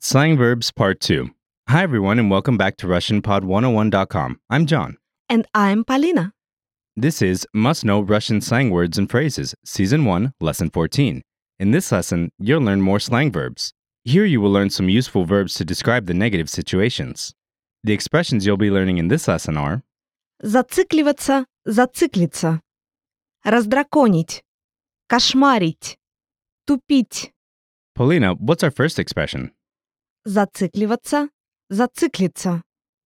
Slang Verbs Part 2. Hi, everyone, and welcome back to RussianPod101.com. I'm John. And I'm Polina. This is Must Know Russian Slang Words and Phrases, Season 1, Lesson 14. In this lesson, you'll learn more slang verbs. Here, you will learn some useful verbs to describe the negative situations. The expressions you'll be learning in this lesson are Зацикливаться, зациклиться. Раздраконить. Кошмарить. Тупить. Polina, what's our first expression? Зацикливаться, зациклиться.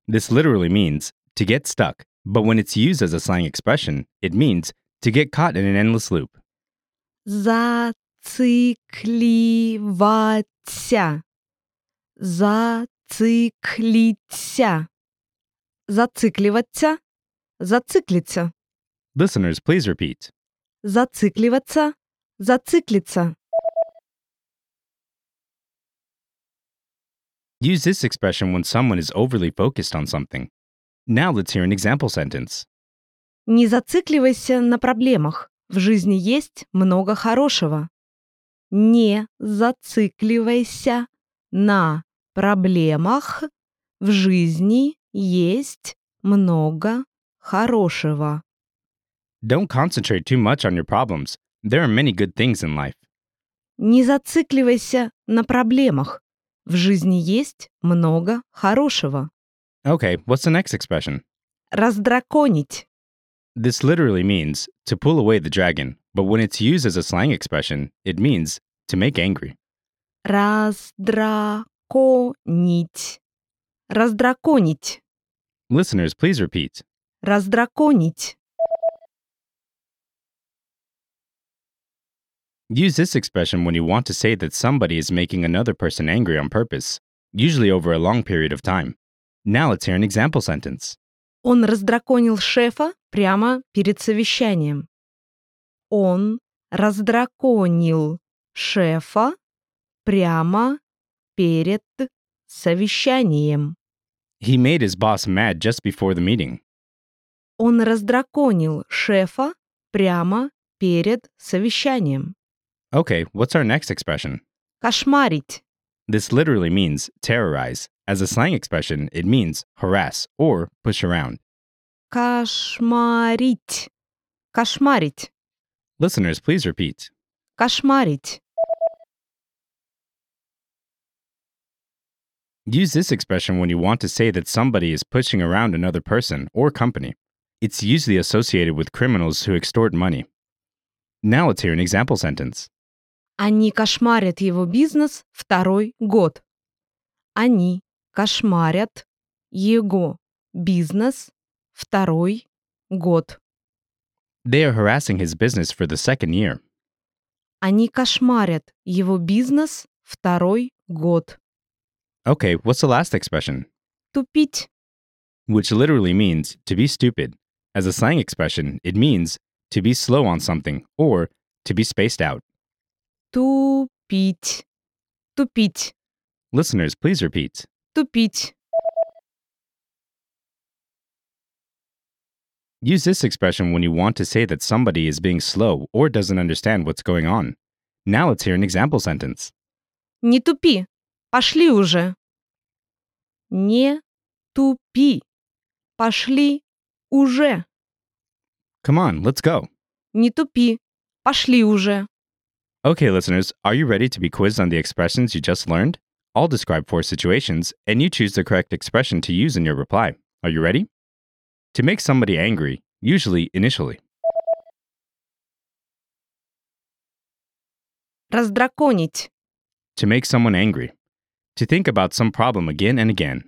This literally means to get stuck, but when it's used as a slang expression, it means to get caught in an endless loop. Зацикливаться. Зациклиться. Зацикливаться, зациклиться. Listeners, please repeat. Зацикливаться, зациклиться. Use this expression when someone is overly focused on something. Now let's hear an example sentence. Не зацикливайся на проблемах. В жизни есть много хорошего. Не зацикливайся на проблемах. В жизни есть много хорошего. Don't concentrate too much on your problems. There are many good things in life. Не зацикливайся на проблемах. В жизни есть много хорошего. Okay, what's the next expression? Раздраконить. This literally means to pull away the dragon, but when it's used as a slang expression, it means to make angry. Раздраконить. Раздраконить. Listeners, please repeat. Раздраконить. Use this expression when you want to say that somebody is making another person angry on purpose, usually over a long period of time. Now let's hear an example sentence. Он раздраконил шефа прямо перед совещанием. Он раздраконил шефа прямо перед совещанием. He made his boss mad just before the meeting. Он раздраконил шефа прямо перед совещанием. Okay, what's our next expression? Кошмарить. This literally means terrorize. As a slang expression, it means harass or push around. Кошмарить. Кошмарить. Listeners, please repeat. Кошмарить. Use this expression when you want to say that somebody is pushing around another person or company. It's usually associated with criminals who extort money. Now let's hear an example sentence. Они кошмарят его бизнес второй год. Они кошмарят его бизнес второй год. They are harassing his business for the second year. Они кошмарят его бизнес второй год. Okay, what's the last expression? Тупить. Which literally means to be stupid. As a slang expression, it means to be slow on something or to be spaced out. Тупить. Тупить. Listeners, please repeat. Тупить. Use this expression when you want to say that somebody is being slow or doesn't understand what's going on. Now let's hear an example sentence. Не тупи. Пошли уже. Не тупи. Пошли уже. Come on, let's go. Не тупи. Пошли уже. Okay, listeners, are you ready to be quizzed on the expressions you just learned? I'll describe four situations, and you choose the correct expression to use in your reply. Are you ready? To make somebody angry, usually initially. Раздраконить. To make someone angry. To think about some problem again and again.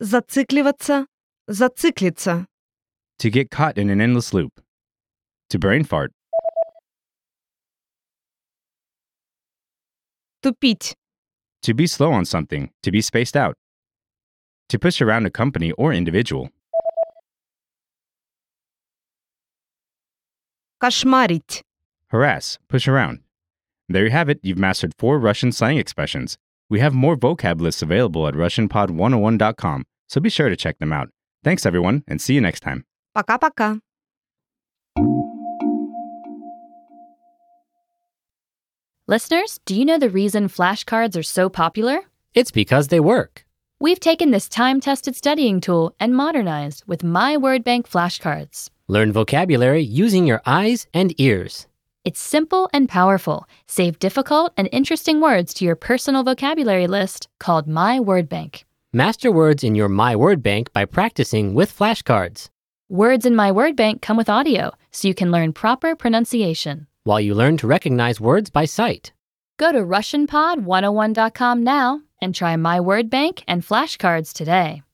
Зацикливаться, зациклиться. To get caught in an endless loop. To brain fart. Тупить. To be slow on something, to be spaced out. To push around a company or individual. Кошмарить. Harass, push around. There you have it. You've mastered four Russian slang expressions. We have more vocab lists available at RussianPod101.com, so be sure to check them out. Thanks, everyone, and see you next time. Пока-пока. Listeners, do you know the reason flashcards are so popular? It's because they work. We've taken this time tested studying tool and modernized with My Word Bank flashcards. Learn vocabulary using your eyes and ears. It's simple and powerful. Save difficult and interesting words to your personal vocabulary list called My Word Bank. Master words in your My Word Bank by practicing with flashcards. Words in My Word Bank come with audio, so you can learn proper pronunciation. While you learn to recognize words by sight, Go oh to RussianPod101.com now and try My Word Bank and flashcards today.